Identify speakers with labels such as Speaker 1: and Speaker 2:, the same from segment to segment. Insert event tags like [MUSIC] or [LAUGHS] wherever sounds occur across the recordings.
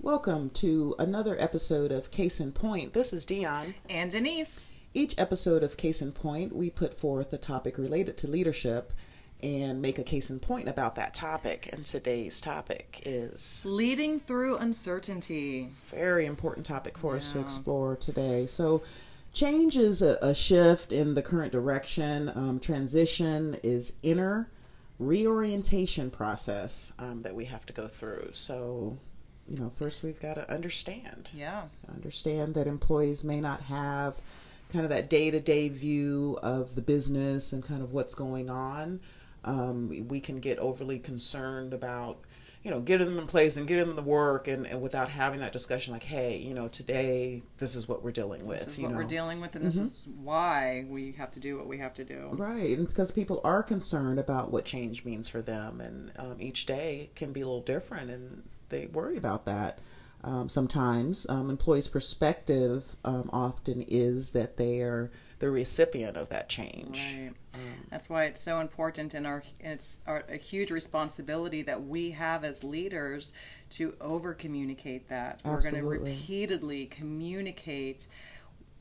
Speaker 1: Welcome to another episode of Case in Point. This is Dion.
Speaker 2: and Denise.
Speaker 1: Each episode of Case in Point, we put forth a topic related to leadership and make a case in point about that topic. And today's topic is
Speaker 2: Leading through uncertainty.
Speaker 1: a very important topic for us to
Speaker 2: Yeah.
Speaker 1: explore today. So, change is a, a shift in the current direction, um, transition is inner reorientation process um, that we have to go through. So, you know, first we've got to understand
Speaker 2: Yeah.
Speaker 1: understand that employees may not have kind of that day to day view of the business and kind of what's going on. Um, we can get overly concerned about, you know, getting them in place and getting them the work and, and without having that discussion like, hey, you know, today this is what we're dealing with.
Speaker 2: This is
Speaker 1: you
Speaker 2: what
Speaker 1: know. Mm-hmm.
Speaker 2: we're dealing with, and this is why we have to do what we have to do.
Speaker 1: Right, and because people are concerned about what change means for them, and um, each day can be a little different, and they worry about that. Um, sometimes um, employees' perspective um, often is that they are the recipient of that change.
Speaker 2: Right.
Speaker 1: Um.
Speaker 2: That's why it's so important, and our it's our, a huge responsibility that we have as leaders to over communicate that. We're going to
Speaker 1: Absolutely.
Speaker 2: repeatedly communicate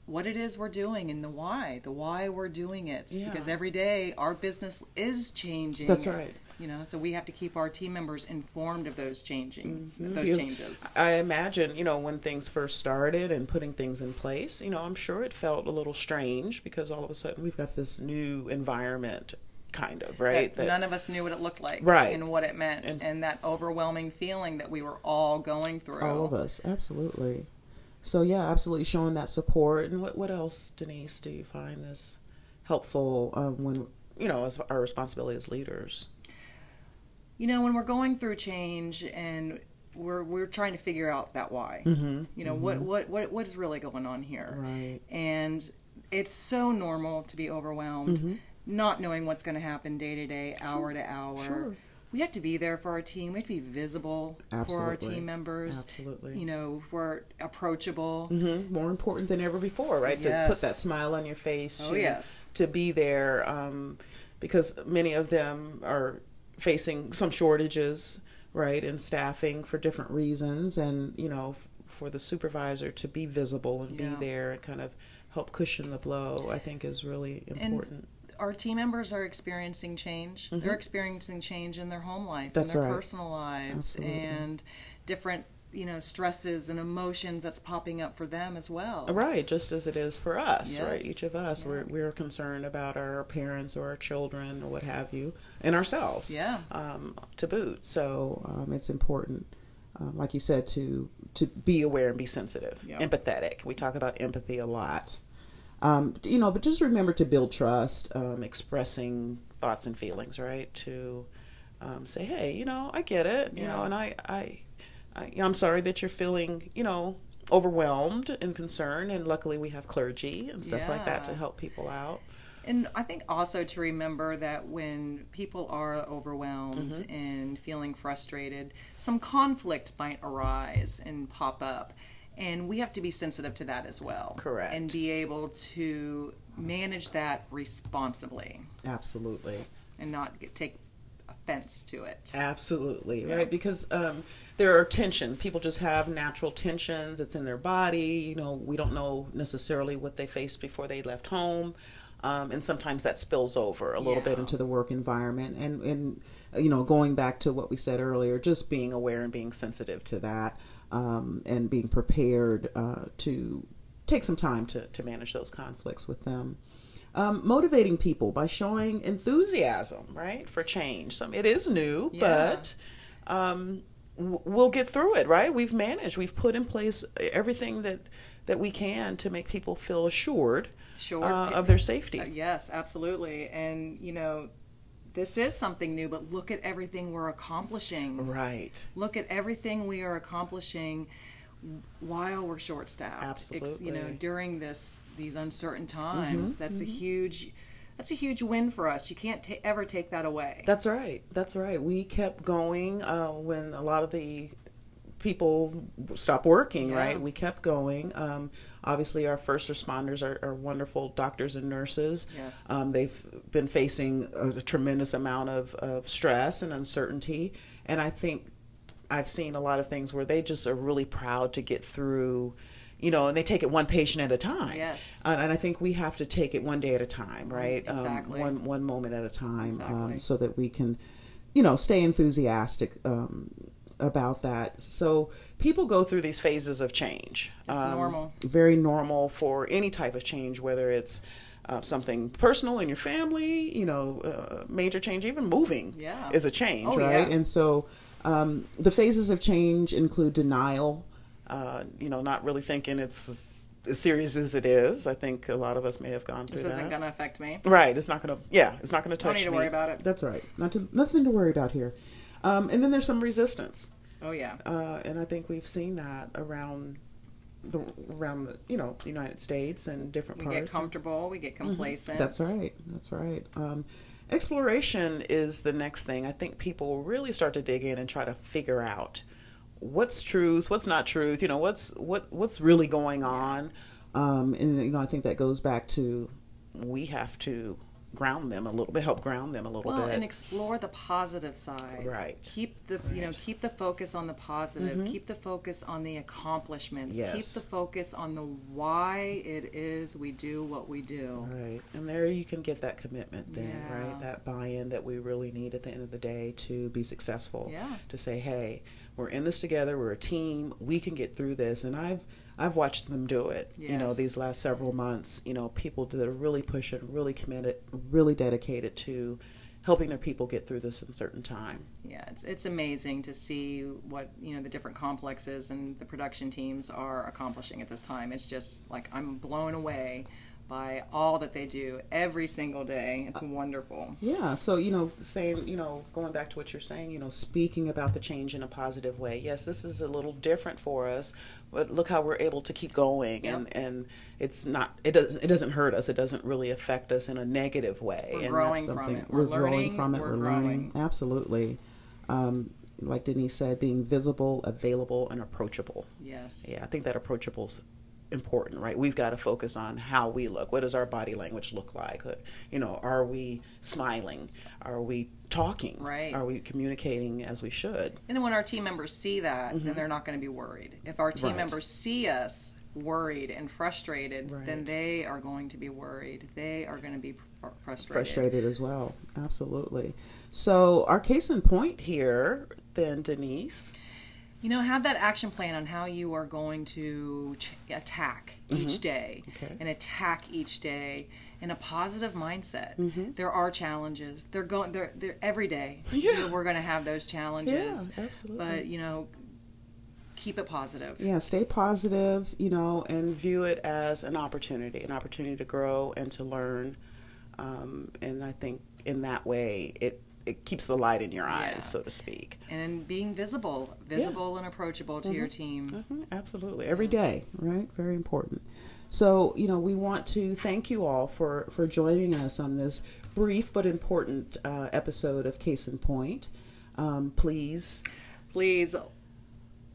Speaker 2: what it is we're doing and the why, the why we're doing it,
Speaker 1: Yeah.
Speaker 2: because every day our business is changing.
Speaker 1: That's right.
Speaker 2: You know, so we have to keep our team members informed of those changing, of those
Speaker 1: Because
Speaker 2: changes.
Speaker 1: I imagine, you know, when things first started and putting things in place, you know, I'm sure it felt a little strange because all of a sudden we've got this new environment, kind of, right?
Speaker 2: that
Speaker 1: That-
Speaker 2: none of us knew what it looked like
Speaker 1: Right.
Speaker 2: and what it meant and, that overwhelming feeling that we were all going through
Speaker 1: all of us absolutely so yeah absolutely showing that support and what, what else denise do you find this helpful um, when you know as our responsibility as leaders
Speaker 2: you know when we're going through change and we're we're trying to figure out that why you know what what what what is really going on here
Speaker 1: Mm-hmm. right
Speaker 2: and it's so normal to be overwhelmed
Speaker 1: Mm-hmm.
Speaker 2: not knowing what's going to happen day to day hour to hour
Speaker 1: Sure.
Speaker 2: we have to be there for our team we have to be visible for our
Speaker 1: Absolutely.
Speaker 2: team members
Speaker 1: Absolutely.
Speaker 2: you know we're approachable
Speaker 1: hmm more important than ever before right to put
Speaker 2: Mm-hmm. Yes.
Speaker 1: that smile on your face
Speaker 2: Oh,
Speaker 1: to,
Speaker 2: yes.
Speaker 1: to be there um, because many of them are facing some shortages right in staffing for different reasons and you know f- for the supervisor to be visible and
Speaker 2: Yeah.
Speaker 1: be there and kind of help cushion the blow i think is really important
Speaker 2: our team members are experiencing change. They're experiencing change in their home life,
Speaker 1: Mm-hmm. That's
Speaker 2: in their
Speaker 1: right.
Speaker 2: personal lives,
Speaker 1: Absolutely.
Speaker 2: and different you know stresses and emotions that's popping up for them as well.
Speaker 1: Right, just as it is for us, right?
Speaker 2: Yes.
Speaker 1: Each of us, we're, we're concerned about our parents or our children or what have you, and ourselves.
Speaker 2: Yeah.
Speaker 1: Um, to boot. So um, it's important, um, like you said, to to be aware and be sensitive,
Speaker 2: Yeah.
Speaker 1: empathetic. We talk about empathy a lot. Um, you know, but just remember to build trust, um, expressing thoughts and feelings, right? To um, say, hey, you know, I get it, you know,
Speaker 2: Yeah.
Speaker 1: and I, I, I, I'm sorry that you're feeling, you know, overwhelmed and concerned. And luckily, we have clergy and stuff like that to
Speaker 2: Yeah.
Speaker 1: help people out.
Speaker 2: And I think also to remember that when people are overwhelmed
Speaker 1: Mm-hmm.
Speaker 2: and feeling frustrated, some conflict might arise and pop up. And we have to be sensitive to that as well.
Speaker 1: Correct.
Speaker 2: And be able to manage that responsibly.
Speaker 1: Absolutely.
Speaker 2: and not get, take offense to it.
Speaker 1: Uh, Absolutely,
Speaker 2: Yeah.
Speaker 1: right? Because um, there are tension. People just have natural tensions. It's in their body. You know, we don't know necessarily what they faced before they left home. Um, and sometimes that spills over a little bit
Speaker 2: Yeah.
Speaker 1: into the work environment. And, and, uh, you know, going back to what we said earlier, just being aware and being sensitive to that um, and being prepared uh, to take some time to, to manage those conflicts with them um, motivating people by showing enthusiasm, right, for change. Some it is new,
Speaker 2: Yeah.
Speaker 1: but um, w- we'll get through it, right? We've managed. We've put in place everything that that we can to make people feel assured,
Speaker 2: Sure.
Speaker 1: uh, of their safety.
Speaker 2: Uh, yes, absolutely. And you know, this is something new, but look at everything we're accomplishing.
Speaker 1: Right.
Speaker 2: Look at everything we are accomplishing while we're short-staffed. you know,
Speaker 1: Absolutely. Mm-hmm.
Speaker 2: during this these uncertain times, that's a huge that's a huge win for us. You can't ta- ever take that away.
Speaker 1: That's right. That's right. We kept going uh, when a lot of the people stopped working,
Speaker 2: Yeah.
Speaker 1: right? We kept going. Um, obviously, our first responders are, are wonderful doctors and nurses.
Speaker 2: Yes.
Speaker 1: Um, they've been facing a, tremendous amount of, of stress and uncertainty. And I think I've seen a lot of things where they just are really proud to get through, you know, and they take it one patient at a time.
Speaker 2: Yes.
Speaker 1: And, and I think we have to take it one day at a time, right? Um,
Speaker 2: Exactly.
Speaker 1: one one moment at a time,
Speaker 2: Exactly.
Speaker 1: um, so that we can, you know, stay enthusiastic um, about that. So people go through these phases of change. Um,
Speaker 2: It's normal.
Speaker 1: Very normal for any type of change, whether it's uh, something personal in your family, you know, uh, major change, even moving
Speaker 2: Yeah.
Speaker 1: is a change,
Speaker 2: Oh,
Speaker 1: right?
Speaker 2: yeah.
Speaker 1: And so um, the phases of change include denial, uh, you know, not really thinking it's as- as serious as it is. I think a lot of us may have gone through
Speaker 2: This
Speaker 1: that.
Speaker 2: isn't going to affect me.
Speaker 1: Right. It's not going to. Yeah. It's not going to touch
Speaker 2: Don't need to
Speaker 1: me.
Speaker 2: worry about it.
Speaker 1: That's all right. Not to, nothing to worry about here. Um, and then there's some resistance,
Speaker 2: Oh, yeah.
Speaker 1: uh, and I think we've seen that around the around the you know the United States and different
Speaker 2: We
Speaker 1: parts.
Speaker 2: get comfortable, we get complacent.
Speaker 1: Mm-hmm. That's right. That's right. Um, exploration is the next thing. I think people really start to dig in and try to figure out what's truth, what's not truth. You know, what's what what's really going on. Um, and you know, I think that goes back to we have to ground them a little bit, help ground them a little
Speaker 2: Well,
Speaker 1: bit.
Speaker 2: and explore the positive side.
Speaker 1: Right. Mm-hmm.
Speaker 2: Keep the you know keep the focus on the positive. Keep the focus on the accomplishments. Keep
Speaker 1: Yes.
Speaker 2: the focus on the why it is we do what we do.
Speaker 1: Right. And there you can get that commitment then, right?
Speaker 2: Yeah.
Speaker 1: That buy in that we really need at the end of the day to be successful.
Speaker 2: Yeah.
Speaker 1: To say, hey, we're in this together, we're a team, we can get through this. And I've I've watched them do it, you know,
Speaker 2: Yes.
Speaker 1: these last several months. You know, people that are really pushing, really committed, really dedicated to helping their people get through this uncertain time.
Speaker 2: Yeah, it's it's amazing to see what you know the different complexes and the production teams are accomplishing at this time. It's just like I'm blown away by all that they do every single day. It's
Speaker 1: Uh,
Speaker 2: wonderful.
Speaker 1: Yeah, so you know, saying you know, going back to what you're saying, you know, speaking about the change in a positive way. Yes, this is a little different for us, but look how we're able to keep going, and and it's not it doesn't it doesn't hurt us. It doesn't really affect us in a negative way.
Speaker 2: We're
Speaker 1: and
Speaker 2: growing from it. We're
Speaker 1: growing
Speaker 2: learning,
Speaker 1: from it.
Speaker 2: we're
Speaker 1: We're, learning absolutely. Um, like Denise said, being visible, available, and approachable.
Speaker 2: Yes.
Speaker 1: Yeah, I think that approachable's important, right? We've got to focus on how we look. What does our body language look like? Uh, You know, are we smiling? Are we talking?
Speaker 2: Right.
Speaker 1: Are we communicating as we should?
Speaker 2: And then when our team members see that, then they're not going to be worried. If our team
Speaker 1: Mm-hmm. Right.
Speaker 2: members see us worried and frustrated, then
Speaker 1: Right.
Speaker 2: they are going to be worried. They are going to be fr- frustrated.
Speaker 1: Frustrated as well. Absolutely. So, our case in point here, then, Denise.
Speaker 2: You know, have that action plan on how you are going to ch- attack each day
Speaker 1: Mm-hmm. Okay.
Speaker 2: and attack each day in a positive mindset.
Speaker 1: Mm-hmm.
Speaker 2: There are challenges. They're going they're, they're every day.
Speaker 1: [LAUGHS] Yeah.
Speaker 2: We're going to have those challenges.
Speaker 1: Yeah, absolutely.
Speaker 2: But, you know, keep it positive.
Speaker 1: Yeah, stay positive, you know, and view it as an opportunity, an opportunity to grow and to learn. Um, and I think in that way, it, it keeps the light in your eyes,
Speaker 2: Yeah.
Speaker 1: so to speak.
Speaker 2: and being visible, visible and approachable to your team.
Speaker 1: Mhm, absolutely every day right very important so you know we want to thank you all for for joining us on this brief but important uh, episode of case in point um, please
Speaker 2: Please,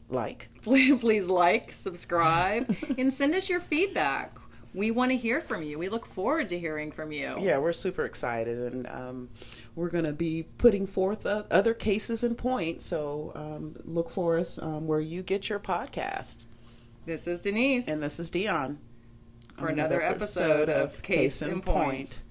Speaker 1: like
Speaker 2: please, please like,
Speaker 1: [LAUGHS]
Speaker 2: subscribe, and send us your feedback. We want to hear from you. We look forward to hearing from you.
Speaker 1: yeah we're super excited and um, we're going to be putting forth uh, other cases in point so um, look for us um, where you get your podcast
Speaker 2: This is Denise
Speaker 1: and this is dion
Speaker 2: for another episode of Case in Point.